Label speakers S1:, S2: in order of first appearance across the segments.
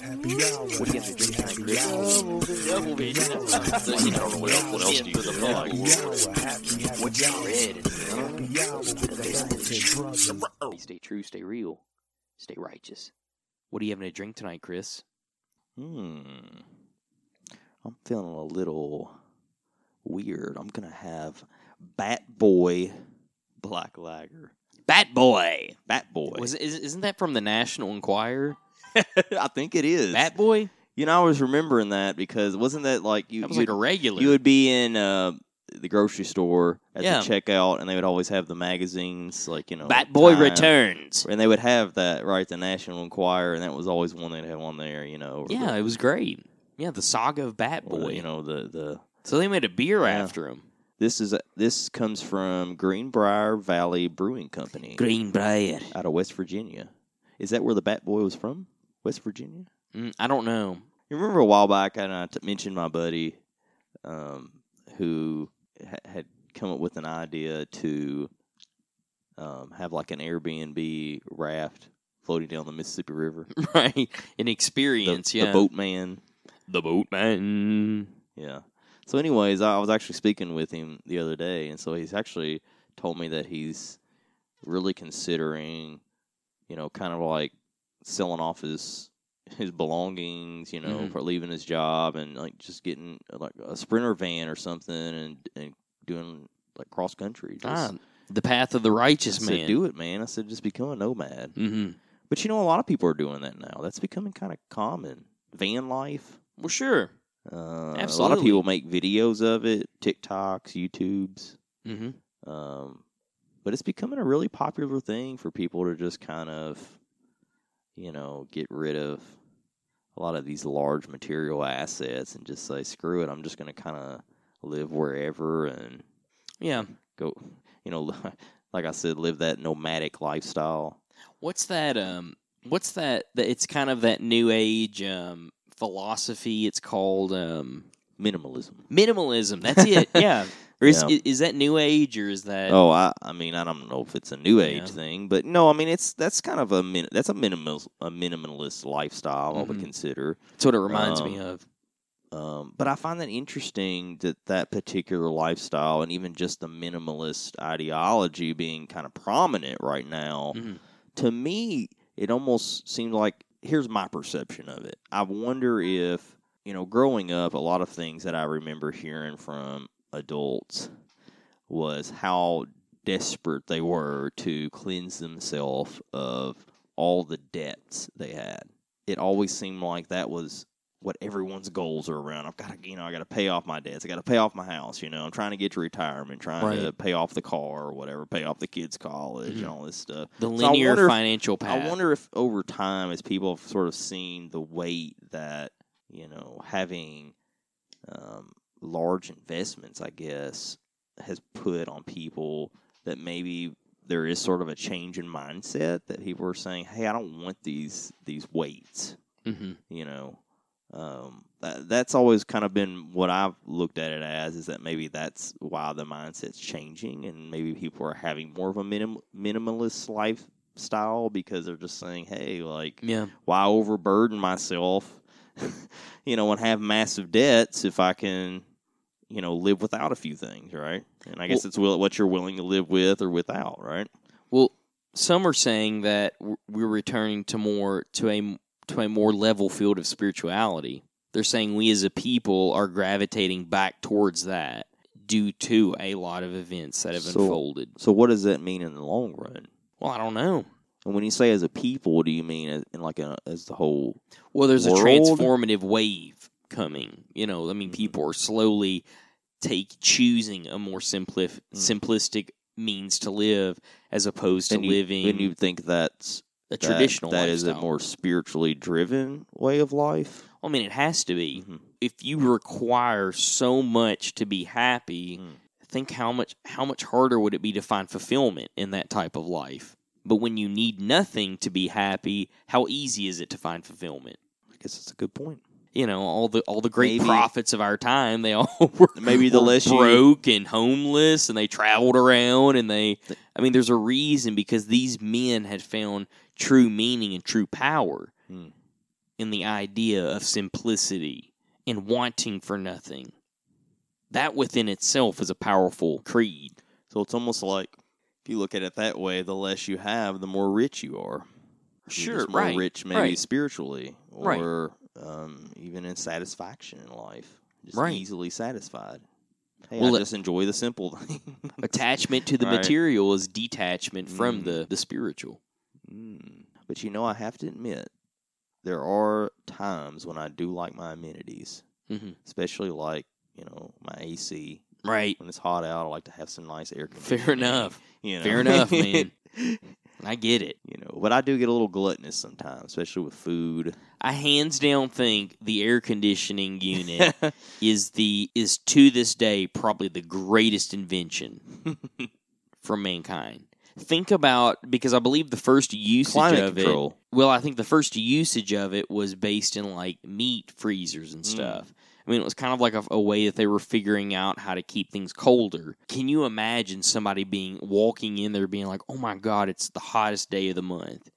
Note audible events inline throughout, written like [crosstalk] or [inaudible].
S1: Happy hour.
S2: What do you have to drink?
S1: Happy hour.
S2: Devil meat. You know, what else- what else do you do? Like,
S1: Happy hour. Happy happy
S2: What you
S1: hour.
S2: read? you know?
S1: Happy hour with the Hamilton brothers.
S3: Stay true, stay real, stay righteous. What are you having to drink tonight, Chris?
S2: Hmm. I'm feeling a little weird. I'm gonna have Bat Boy Black Lager.
S3: Bat Boy.
S2: Bat Boy. [laughs]
S3: Was is, isn't that from the National Enquirer?
S2: I think it is.
S3: Bat Boy.
S2: you know, I was remembering that because wasn't that like you?
S3: That was
S2: you
S3: like a regular.
S2: You would be in uh, the grocery store at
S3: Yeah.
S2: the checkout, and they would always have the magazines, like you know,
S3: Bat Boy
S2: Time.
S3: returns.
S2: and they would have that right, the National Enquirer, and that was always one they'd have on there, you know. or the-
S3: Yeah, it was great. Yeah, the saga of Bat
S2: or the,
S3: Boy.
S2: you know, the the
S3: so they made a beer
S2: Yeah.
S3: after him.
S2: this is this comes from Greenbrier Valley Brewing Company
S3: Greenbrier.
S2: out of West Virginia. Is that where the Bat Boy was from? West Virginia.
S3: Mm, I don't know. [laughs]
S2: You remember a while back, and I t- mentioned my buddy um, who ha- had come up with an idea to um, have like an Airbnb raft floating down the Mississippi River.
S3: right, an
S2: The,
S3: experience.
S2: the
S3: yeah,
S2: boatman.
S3: the boatman.
S2: Yeah. So, anyways, I was actually speaking with him the other day, and so he's actually told me that he's really considering, you know, kind of like selling off his his belongings, you know,
S3: Mhm.
S2: for leaving his job and like just getting uh, like a sprinter van or something and and doing like cross country.
S3: Ah,
S2: Just,
S3: the path of the
S2: I
S3: righteous
S2: said,
S3: man.
S2: do it, man. I said, just become a nomad.
S3: hmm
S2: But you know, a lot of people are doing that now. That's becoming kind of common. Van life.
S3: Well, sure.
S2: Uh, a lot of
S3: Absolutely.
S2: people make videos of it, TikToks, YouTubes.
S3: hmm
S2: Um, but it's becoming a really popular thing for people to just kind of, you know, get rid of a lot of these large material assets and just say, screw it, I'm just going to kind of live wherever and
S3: Yeah.
S2: go, you know, [laughs] like I said, live that nomadic lifestyle.
S3: What's that? Um, what's that? that it's kind of that new age um, philosophy. It's called um,
S2: Minimalism.
S3: minimalism. That's
S2: [laughs]
S3: it. yeah. Or is,
S2: Yeah.
S3: is, that new age or is that?
S2: Oh, I, I mean, I don't know if it's a new age
S3: Yeah.
S2: thing, but no, I mean, it's that's kind of a min, that's a minimal a minimalist lifestyle I would
S3: Mhm.
S2: consider.
S3: That's what it reminds me
S2: Um,
S3: of.
S2: Um, but I find that interesting that that particular lifestyle and even just the minimalist ideology being kind of prominent right now.
S3: Mhm.
S2: To me, it almost seemed like here's my perception of it. I wonder if you know, growing up, a lot of things that I remember hearing from adults was how desperate they were to cleanse themselves of all the debts they had. It always seemed like that was what everyone's goals are around. I've got to, you know, I got to pay off my debts. I got to pay off my house. You know, I'm trying to get to retirement, trying to
S3: Right.
S2: pay off the car or whatever, pay off the kids' college and
S3: Mhm.
S2: all this stuff.
S3: The
S2: so I
S3: linear
S2: wonder if-
S3: financial path.
S2: I wonder if over time, as people have sort of seen the weight that you know having um, large investments, I guess, has put on people, that maybe there is sort of a change in mindset that people are saying, "Hey, I don't want these these weights."
S3: Mhm.
S2: You know, um, that, that's always kind of been what I've looked at it as is that maybe that's why the mindset's changing, and maybe people are having more of a minim- minimalist lifestyle because they're just saying, "Hey, like,
S3: Yeah.
S2: why overburden myself, [laughs] you know, and have massive debts if I can, you know, live without a few things, right? And I guess
S3: Well-
S2: it's will, what you're willing to live with or without, right?
S3: Well, some are saying that w- we're returning to more to a to a more level field of spirituality. They're saying we as a people are gravitating back towards that due to a lot of events that have
S2: So-
S3: unfolded.
S2: So, what does that mean in the long run?
S3: Well, I don't know.
S2: And when you say as a people, do you mean as, in like a, as the whole?
S3: Well, there's a
S2: World?
S3: transformative wave coming. You know, I mean,
S2: Mhm.
S3: people are slowly take choosing a more simplif-
S2: Mm.
S3: simplistic means to live as opposed to
S2: and you,
S3: living
S2: and you think that's
S3: a traditional
S2: That, that is
S3: lifestyle.
S2: a more spiritually driven way of life.
S3: I mean, it has to be.
S2: Mhm.
S3: If you require so much to be happy,
S2: Mm.
S3: think how much how much harder would it be to find fulfillment in that type of life? But when you need nothing to be happy, how easy is it to find fulfillment?
S2: I guess that's a good point.
S3: you know all the all the great
S2: Maybe-
S3: prophets of our time they [laughs] all were
S2: Maybe the
S3: were
S2: less you-
S3: broke and homeless and they traveled around and they i mean there's a reason because these men had found true meaning and true power
S2: Hmm.
S3: in the idea of simplicity and wanting for nothing. That within itself is a powerful creed.
S2: So it's almost like if you look at it that way, the less you have, the more rich you are. You're
S3: Sure,
S2: just more
S3: right,
S2: Rich maybe
S3: right.
S2: spiritually
S3: Right.
S2: or um, even in satisfaction in life, just
S3: Right.
S2: easily satisfied. Hey,
S3: Well,
S2: I
S3: it-
S2: just enjoy the simple [laughs] thing.
S3: Attachment to the
S2: Right.
S3: material is detachment from
S2: Mm.
S3: the, the spiritual.
S2: Mm. But you know, I have to admit, there are times when I do like my amenities,
S3: Mhm.
S2: especially like you know my AC.
S3: Right.
S2: When it's hot out, I like to have some nice air
S3: [laughs]
S2: conditioning.
S3: Fair enough.
S2: You know?
S3: Fair enough,
S2: [laughs]
S3: man. I get it.
S2: you know, but I do get a little gluttonous sometimes, especially with food.
S3: I hands down think the air
S2: [laughs]
S3: conditioning unit is the is to this day probably the greatest
S2: [laughs]
S3: invention for mankind. Think about because I believe the first usage
S2: Climate
S3: of
S2: control.
S3: it. Well, I think the first usage of it was based in like meat freezers and
S2: Mm.
S3: stuff. I mean, it was kind of like a, a way that they were figuring out how to keep things colder. Can you imagine somebody being walking in there being like, "Oh my god, it's the hottest day of the month."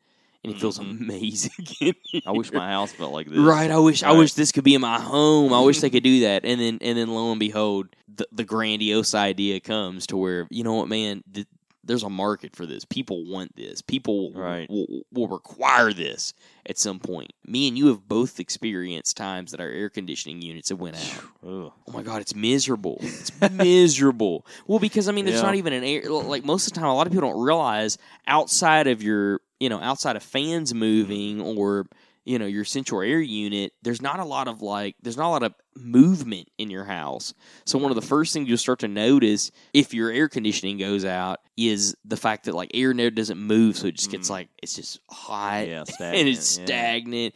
S3: And it feels
S2: Mhm.
S3: amazing. [laughs] in
S2: I wish
S3: here."
S2: my house felt like this. [laughs]
S3: Right. I wish. I
S2: Right.
S3: wish this could be in my home. I wish they
S2: [laughs]
S3: could do that. And then, and then, lo and behold, the, the grandiose idea comes to where you know what, man. Th- there's a market for this. People want this. People will,
S2: Right.
S3: will, will require this at some point. Me and you have both experienced times that our air conditioning units have went out.
S2: Ugh.
S3: Oh my god, it's miserable. It's miserable. Well, because I mean, there's
S2: Yeah.
S3: not even an air. Like most of the time, a lot of people don't realize outside of your, you know, outside of fans moving
S2: Mm-hmm.
S3: or you know your central air unit, there's not a lot of like, there's not a lot of movement in your house. So one of the first things you'll start to notice if your air conditioning goes out is the fact that like air no- doesn't move, so it just gets
S2: Mm.
S3: like it's just hot [laughs]
S2: Yeah, Mm.
S3: and it's
S2: stagnant,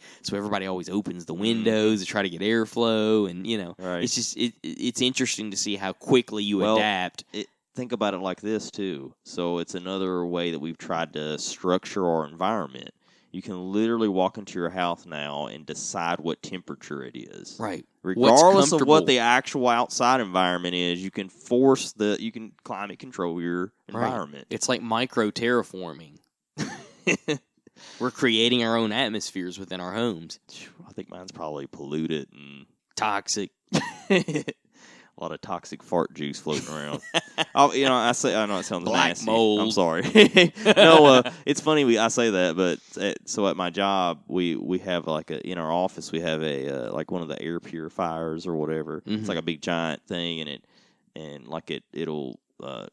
S3: stagnant. So everybody always opens the windows to try to get airflow, and you know.
S2: yeah. Right.
S3: It's just it, it's interesting to see how quickly you
S2: Well-
S3: adapt.
S2: think about it like this too. So it's another way that we've tried to structure our environment. You can literally walk into your house now and decide what temperature it is.
S3: Right.
S2: Regardless of
S3: comfortable.
S2: what the actual outside environment is, you can force the you can climate control your
S3: Right.
S2: environment.
S3: It's like micro terraforming. [laughs] We're creating our own atmospheres within our homes.
S2: I think mine's probably polluted and
S3: Toxic. [laughs]
S2: a lot of toxic fart juice floating
S3: [laughs]
S2: around. oh, you know, I say I know it sounds
S3: Black
S2: nasty. I'm
S3: mold.
S2: sorry. [laughs] no, uh, it's funny we I say that, but at, so at my job we we have like a in our office we have a uh, like one of the air purifiers or whatever.
S3: Mhm.
S2: It's like a big giant thing, and it and like it it'll uh,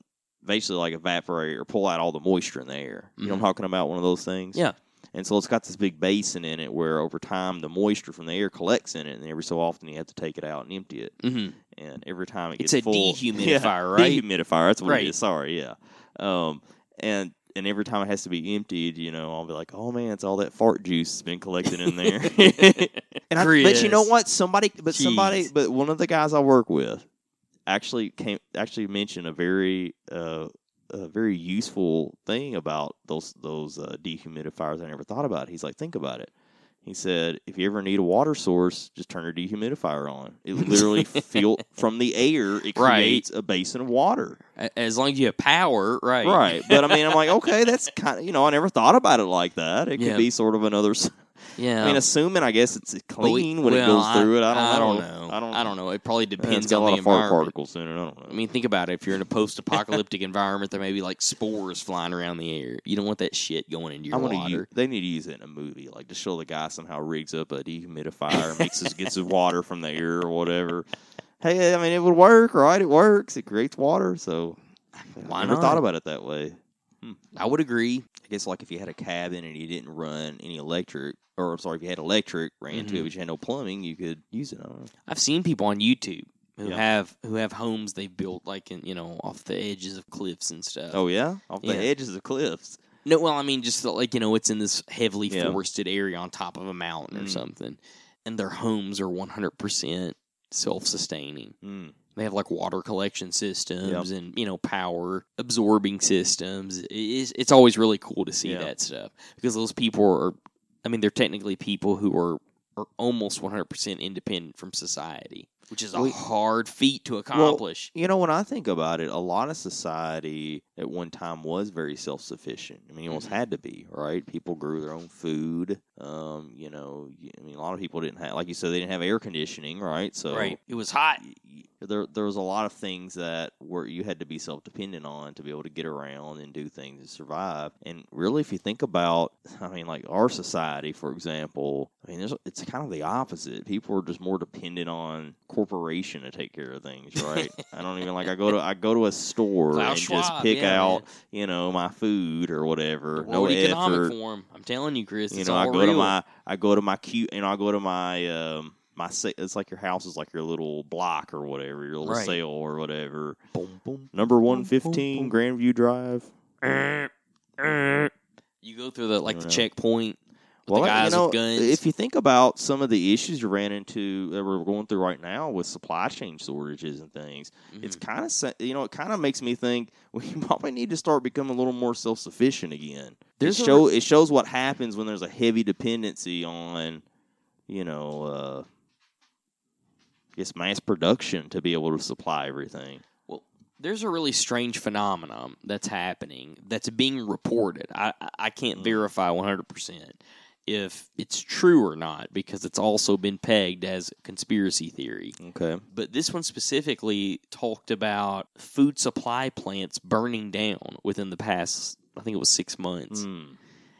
S2: basically like evaporate or pull out all the moisture in the air. You know what I'm talking about? One of those things.
S3: Mm-hmm. Yeah.
S2: And so it's got this big basin in it where over time the moisture from the air collects in it, and every so often you have to take it out and empty it.
S3: hmm
S2: And every time it
S3: It's a
S2: gets full, [laughs]
S3: dehumidifier,
S2: Yeah,
S3: right?
S2: Dehumidifier. That's what
S3: Right.
S2: it is. Sorry, yeah. Um, and and every time it has to be emptied, you know, I'll be like, oh man, it's all that fart juice that's been collected in
S3: [laughs]
S2: there. [laughs] And I, but you know
S3: Chris.
S2: what? Somebody, but somebody,
S3: Jeez.
S2: but one of the guys I work with actually came actually mentioned a very uh, a very useful thing about those those uh, dehumidifiers. I never thought about. He's like, think about it. He said, if you ever need a water source, just turn your dehumidifier on.
S3: [laughs]
S2: It literally feel from the air, it
S3: Right.
S2: creates a basin of water.
S3: A- As long as you have power, right?
S2: Right. But I mean, I'm like, okay, that's kind of you know, I never thought about it like that. It
S3: Yeah.
S2: could be sort of another s-
S3: Yeah.
S2: I mean, assuming I guess it's
S3: But we-
S2: clean when it
S3: well,
S2: goes through it. I don't,
S3: I don't
S2: know.
S3: know. I don't know. It probably
S2: Yeah, it's
S3: depends
S2: got
S3: on
S2: a lot
S3: the
S2: of fart
S3: environment.
S2: particles in it. I don't know.
S3: I mean, think about it. If you're in a post-apocalyptic environment, there may be like spores flying around the air. You don't want that shit going into your
S2: I want to.
S3: water.
S2: Use, they need to use it in a movie, like to show the guy somehow rigs up a dehumidifier, makes us gets his water from the air or [laughs] whatever. Hey, I mean, it would work, right? It works. It creates water, so [laughs]
S3: Why
S2: I never
S3: not?
S2: thought about it that way.
S3: I would agree.
S2: I guess like if you had a cabin and you didn't run any electric, or I'm sorry, if you had electric ran to it,
S3: Mhm.
S2: but you had no plumbing, you could use it. I don't know.
S3: I've seen people on YouTube who
S2: Yeah.
S3: have who have homes they've built like in, you know off the edges of cliffs and stuff.
S2: Oh yeah, off the
S3: Yeah.
S2: edges of cliffs.
S3: no, well, I mean just like you know it's in this heavily
S2: Yeah.
S3: forested area on top of a mountain or
S2: Mm.
S3: something, and their homes are one hundred percent self sustaining.
S2: Mm.
S3: They have like water collection systems and you know power absorbing systems. It's, it's always really cool to see
S2: Yeah.
S3: that stuff because those people are, I mean, they're technically people who are are almost 100% independent from society, which is a
S2: We-
S3: hard feat to accomplish.
S2: You know, when I think about it, a lot of society at one time was very self sufficient. I mean, it almost had to be, right? People grew their own food. Um, you know, y- I mean, a lot of people didn't have, like you said, they didn't have air conditioning, right? So,
S3: right. It was hot.
S2: y- y- There, there was a lot of things that were you had to be self dependent on to be able to get around and do things to survive. And really, if you think about, I mean, like our society, for example, I mean, there's, it's kind of the opposite. People are just more dependent on corporation to take care of things,
S3: [laughs]
S2: right? I don't even like I go to I go to a store
S3: Klaus
S2: and just
S3: Schwab,
S2: pick
S3: yeah,
S2: out
S3: man.
S2: you know my food or whatever.
S3: The
S2: No
S3: World Economic
S2: effort
S3: Forum. I'm telling you, Chris.
S2: you
S3: it's
S2: know, I
S3: all
S2: go
S3: real.
S2: to my, I go to my cute, you know, I go to my, um, my, sa- it's like your house is like your little block or whatever, your little
S3: Right.
S2: sale or whatever.
S3: Boom, boom.
S2: Number one
S1: boom.
S2: fifteen Grandview Drive.
S3: You go through the like
S2: You
S3: the
S2: know.
S3: checkpoint with
S2: Well,
S3: the guys
S2: you know,
S3: with guns.
S2: if you think about some of the issues you ran into that we're going through right now with supply chain shortages and things,
S3: Mhm.
S2: it's kind of, you know, it kind of makes me think [laughs] we probably need to start becoming a little more self sufficient again.
S3: There's
S2: it
S3: a
S2: show
S3: re-
S2: it shows what happens when there's a heavy dependency on, you know, uh, it's mass production to be able to supply everything.
S3: there's a really strange phenomenon that's happening that's being reported. I, I- I can't
S2: Mm.
S3: verify 100% if it's true or not because it's also been pegged as a conspiracy theory.
S2: Okay,
S3: But this one specifically talked about food supply plants burning down within the past, I think it was six months.
S2: Mm.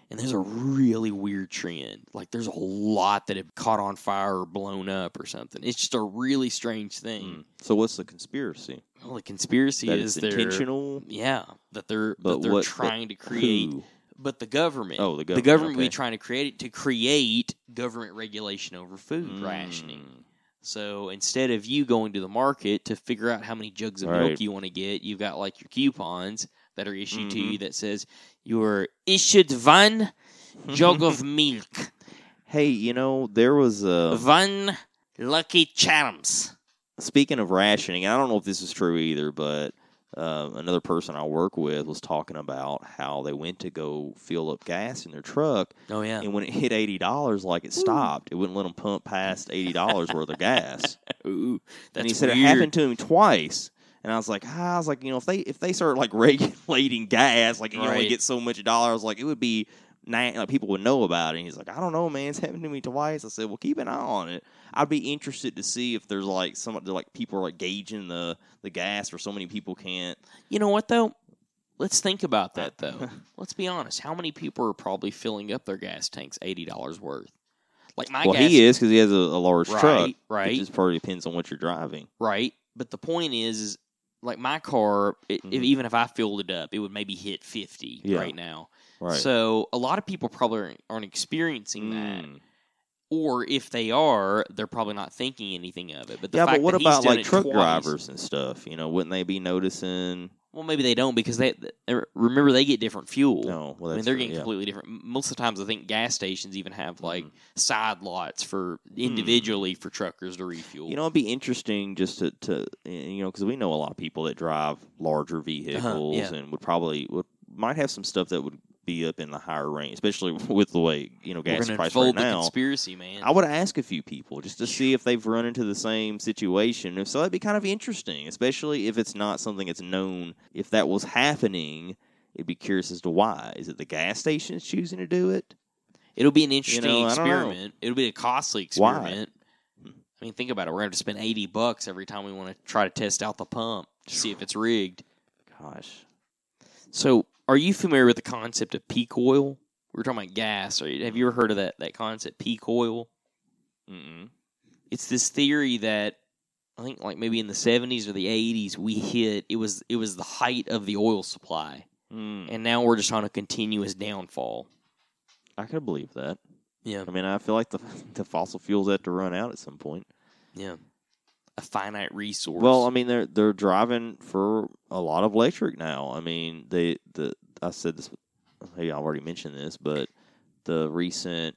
S3: And there's a really weird trend. Like there's a lot that have caught on fire or blown up or something. It's just a really strange thing.
S2: Mm. so what's the conspiracy?
S3: Well, the conspiracy
S2: Mm. That
S3: is
S2: it's
S3: they're-
S2: intentional.
S3: yeah, that they're
S2: But
S3: that they're
S2: what-
S3: trying to create,
S2: Who?
S3: but the government,
S2: Oh, the
S3: the
S2: government.
S3: government,
S2: okay.
S3: we trying to create it to create government regulation over food
S2: Mm.
S3: rationing. So instead of you going to the market to figure out how many jugs of
S2: Right.
S3: milk you want to get, you've got like your coupons that are issued to
S2: Mhm.
S3: you that says you are issued one
S2: Mm.
S3: jug of milk,
S2: [laughs] Hey, you know there was um, a.
S3: one lucky charms.
S2: speaking of rationing, and I don't know if this is true either, but uh, another person I work with was talking about how they went to go fill up gas in their truck,
S3: Oh yeah,
S2: and when it hit eighty dollars, like it stopped. It wouldn't let them pump past eighty dollars worth of gas.
S3: Ooh, that's
S2: and he said
S3: weird.
S2: it happened to him twice. And I was like, ah, I was like, you know, if they if they start like [laughs] regulating gas, like you only
S3: Right.
S2: get so much dollars, like it would be. na- Like people would know about it. And he's like, I don't know, man. It's happened to me twice. I said, well, keep an eye on it. I'd be interested to see if there's like some like people are like gauging the the gas, or so many people can't.
S3: You know what though? Let's think about
S2: [laughs]
S3: that though. Let's be honest. How many people are probably filling up their gas tanks eighty dollars worth? Like my
S2: well,
S3: gas,
S2: he is because he has a, a large
S3: right,
S2: truck. It
S3: right,
S2: just probably depends on what you're driving.
S3: right. But the point is, is like my car. It,
S2: Mhm.
S3: if, even if I filled it up, it would maybe hit fifty
S2: Yeah.
S3: right now.
S2: Right.
S3: So a lot of people probably aren't, aren't experiencing that,
S2: Mm.
S3: or if they are, they're probably not thinking anything of it. But the
S2: yeah,
S3: fact
S2: but what
S3: that he's
S2: about
S3: done it
S2: like truck
S3: twice-
S2: drivers and stuff? You know, wouldn't they be noticing?
S3: Well, maybe they don't because they they- remember they get different fuel.
S2: No, well,
S3: I mean,
S2: that's
S3: they're
S2: true,
S3: getting
S2: yeah.
S3: completely different. M- Most of the times, I think gas stations even have like
S2: Mhm.
S3: side lots for individually for truckers to refuel.
S2: Mm. You know, it'd be interesting just to, to you know, because we know a lot of people that drive larger vehicles
S3: Uh-huh, yeah.
S2: and would probably would might have some stuff that would be up in the higher range, especially [laughs] with the way you know
S3: we're
S2: gas
S3: gonna
S2: price right
S3: unfold the
S2: now.
S3: conspiracy, man.
S2: I would ask a few people just to see if they've run into the same situation. If so, that'd be kind of interesting, especially if it's not something that's known. If that was happening, it'd be curious as to why. Is it the gas stations choosing to do it?
S3: It'll be an interesting
S2: know, I don't know.
S3: experiment. It'll be a costly
S2: Why?
S3: experiment. I mean, think about it. We're going to spend eighty bucks every time we want to try to test out the pump to see if it's rigged.
S2: Gosh,
S3: So, are you familiar with the concept of peak oil? We were talking about gas. Or have you ever heard of that that concept, peak oil?
S2: Mm-mm.
S3: it's this theory that I think like maybe in the 70s or the 80s we hit it was it was the height of the oil supply
S2: Mm.
S3: and now we're just on a continuous downfall.
S2: I could believe that.
S3: Yeah.
S2: I mean, I feel like the [laughs] the fossil fuels have to run out at some point.
S3: Yeah. A finite resource.
S2: Well, um, I mean, they're they're driving for a lot of electric now. I mean, they the I said this. Hey, I already mentioned this, but the recent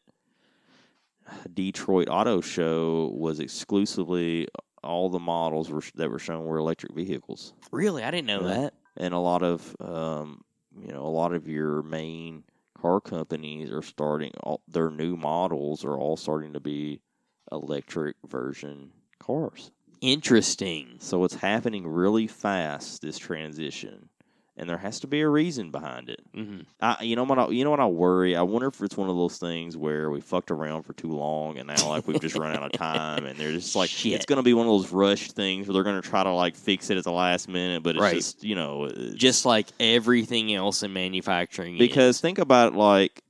S2: Detroit Auto Show was exclusively all the models were, that were shown were electric vehicles,
S3: really, I didn't know
S2: Yeah.
S3: that.
S2: and a lot of um, you know a lot of your main car companies are starting all their new models are all starting to be electric version cars.
S3: Interesting.
S2: So it's happening really fast this transition, and there has to be a reason behind it.
S3: hmm
S2: I, you know what? I, you know what? I worry. I wonder if it's one of those things where we fucked around for too long, and now like we've just run out of time, and they're just like
S3: Shit.
S2: it's going to be one of those rushed things where they're going to try to like fix it at the last minute, but it's
S3: Right.
S2: just you know it's-
S3: Just like everything else in manufacturing, is.
S2: because think about like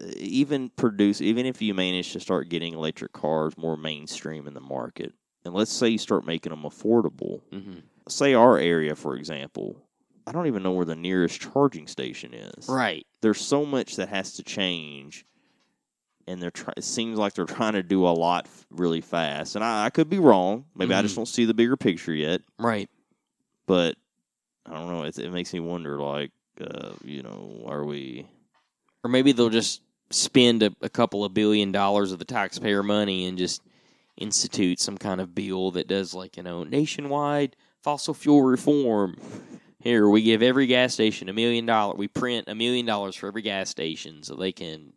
S2: uh, even produce even if you manage to start getting electric cars more mainstream in the market, and let's say you start making them affordable.
S3: Mhm.
S2: Say our area, for example. I don't even know where the nearest charging station is
S3: right,
S2: there's so much that has to change and they're try- it seems like they're trying to do a lot f- really fast and i, I could be wrong maybe i just don't see the bigger picture yet
S3: right,
S2: but i don't know it, it makes me wonder like uh, you know are we
S3: or maybe they'll just spend a, a couple of billion dollars of the taxpayer money and just institute some kind of bill that does like you know nationwide fossil fuel reform. Here we give every gas station a million dollar. We print a million dollars for every gas station so they can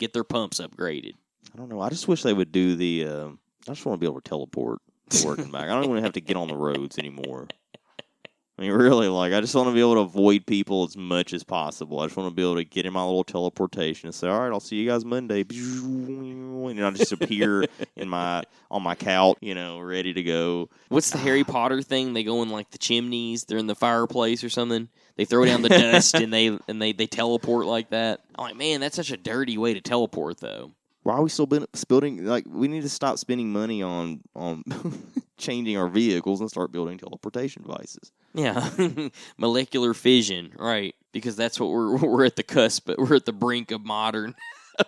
S3: get their pumps upgraded.
S2: i don't know i just wish they would do the uh, i just want to be able to teleport to work and back i don't want to have to get on the roads anymore I mean, really, like, I just want to be able to avoid people as much as possible. I just want to be able to get in my little teleportation and say, "All right, I'll see you guys Monday," and I just appear in my on my couch, you know, ready to go.
S3: What's the Harry Potter thing? They go in like the chimneys. They're in the fireplace or something. They throw down the dust and they and they, they teleport like that. I'm like, man, that's such a dirty way to teleport, though.
S2: Why are we still been spending? Like, we need to stop spending money on on [laughs] changing our vehicles and start building teleportation devices.
S3: Yeah, [laughs] molecular fission, right? Because that's what we're [laughs] we're at the cusp, but we're at the brink of modern [laughs]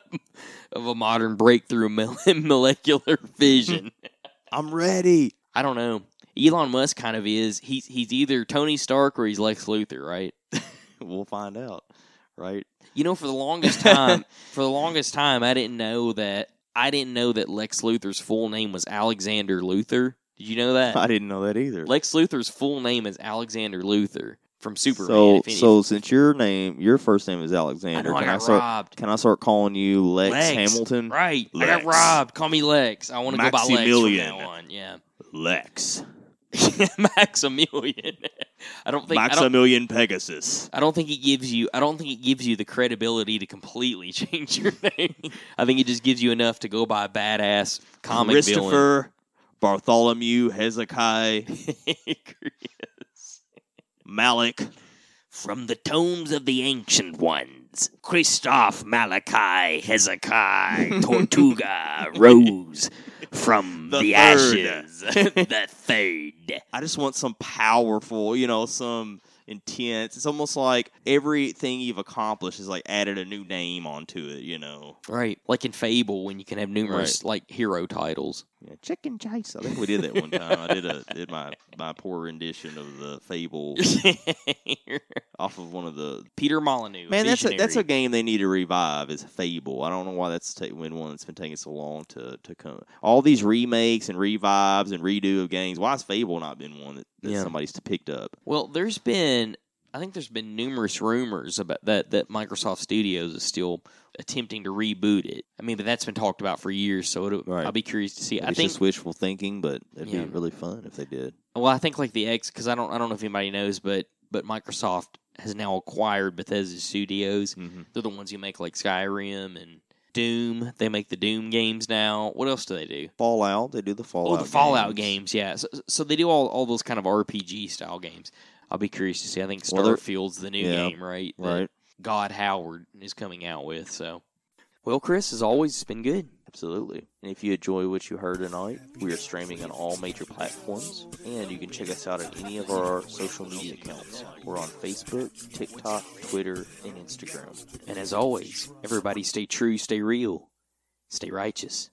S3: of a modern breakthrough in mole- [laughs] molecular fission.
S2: [laughs] I'm ready.
S3: I don't know. Elon Musk kind of is. He's he's either Tony Stark or he's Lex Luthor, right?
S2: We'll find out, right?
S3: You know, for the longest
S2: [laughs]
S3: time, for the longest time, I didn't know that. I didn't know that Lex Luthor's full name was Alexander Luthor. Did you know that?
S2: [laughs] I didn't know that either.
S3: Lex Luthor's full name is Alexander Luthor from Superman.
S2: so,
S3: if any-
S2: so since your name, your first name is
S3: I
S2: Alexander,
S3: know I
S2: can I
S3: got
S2: start?
S3: robbed.
S2: Can I start calling you Lex,
S3: Lex.
S2: Hamilton?
S3: Right, I got
S2: Lex.
S3: robbed. Call me Lex. I want to go by Lex from
S2: Maximilian.
S3: now on. Yeah, [laughs]
S2: Lex.
S3: Maximilian. I don't think. I don't,
S2: Maximilian Pegasus.
S3: I don't think it gives you. I don't think it gives you the credibility to completely [laughs] change your name. I think it just gives you enough to go by a badass comic villain.
S2: Christopher Bartholomew Hezekiah [laughs] Malik.
S3: [laughs] From the tomes of the ancient ones, Christoph Malachi
S2: [laughs]
S3: Hezekiah Tortuga rose from
S2: The the third.
S3: [laughs]
S2: ashes.
S3: the third.
S2: I just want some powerful, you know, some intense. It's almost like everything you've accomplished is like added a new name onto it, you know.
S3: Right. Like in Fable when you can have numerous like hero
S2: [laughs]
S3: titles.
S2: Yeah, Chicken Chase. I think we did that [laughs] one time. I did a did my my poor rendition of the [laughs] fable off of one of the
S3: Peter Molyneux.
S2: Man, that's a, that's a
S3: visionary.
S2: game they need to revive is Fable. I don't know why that's ta- been one that's been taking so long to, to come. All these remakes and revives and redo of games. Why has Fable not been one that, that
S3: Yeah.
S2: somebody's picked up?
S3: Well, there's been I think there's been numerous rumors about that that Microsoft Studios is still attempting to reboot it. I mean, but that's been talked about for years, so it'll,
S2: Right.
S3: I'll be curious to see.
S2: Maybe
S3: I
S2: it's
S3: think
S2: just wishful thinking, but it'd
S3: Yeah.
S2: be really fun if they did.
S3: well, I think like the X cuz I don't I don't know if anybody knows, but but Microsoft has now acquired Bethesda Studios.
S2: Mm-hmm.
S3: They're the ones who make like Skyrim and Doom. They make the Doom games now. What else do they do?
S2: Fallout. They do the Fallout.
S3: Oh, the Fallout games, yeah. So, so they do all, all those kind of RPG style games. I'll be curious to see. I think
S2: Well, they're-
S3: Starfield's the new
S2: yeah,
S3: game, right? that
S2: Right.
S3: God Howard is coming out with. So, well, Chris, as always, it's been good.
S2: Absolutely. And if you enjoy what you heard tonight, we are streaming on all major platforms, and you can check us out on any of our social media accounts. We're on Facebook, TikTok, Twitter, and Instagram.
S3: And as always, everybody, stay true, stay real, stay righteous.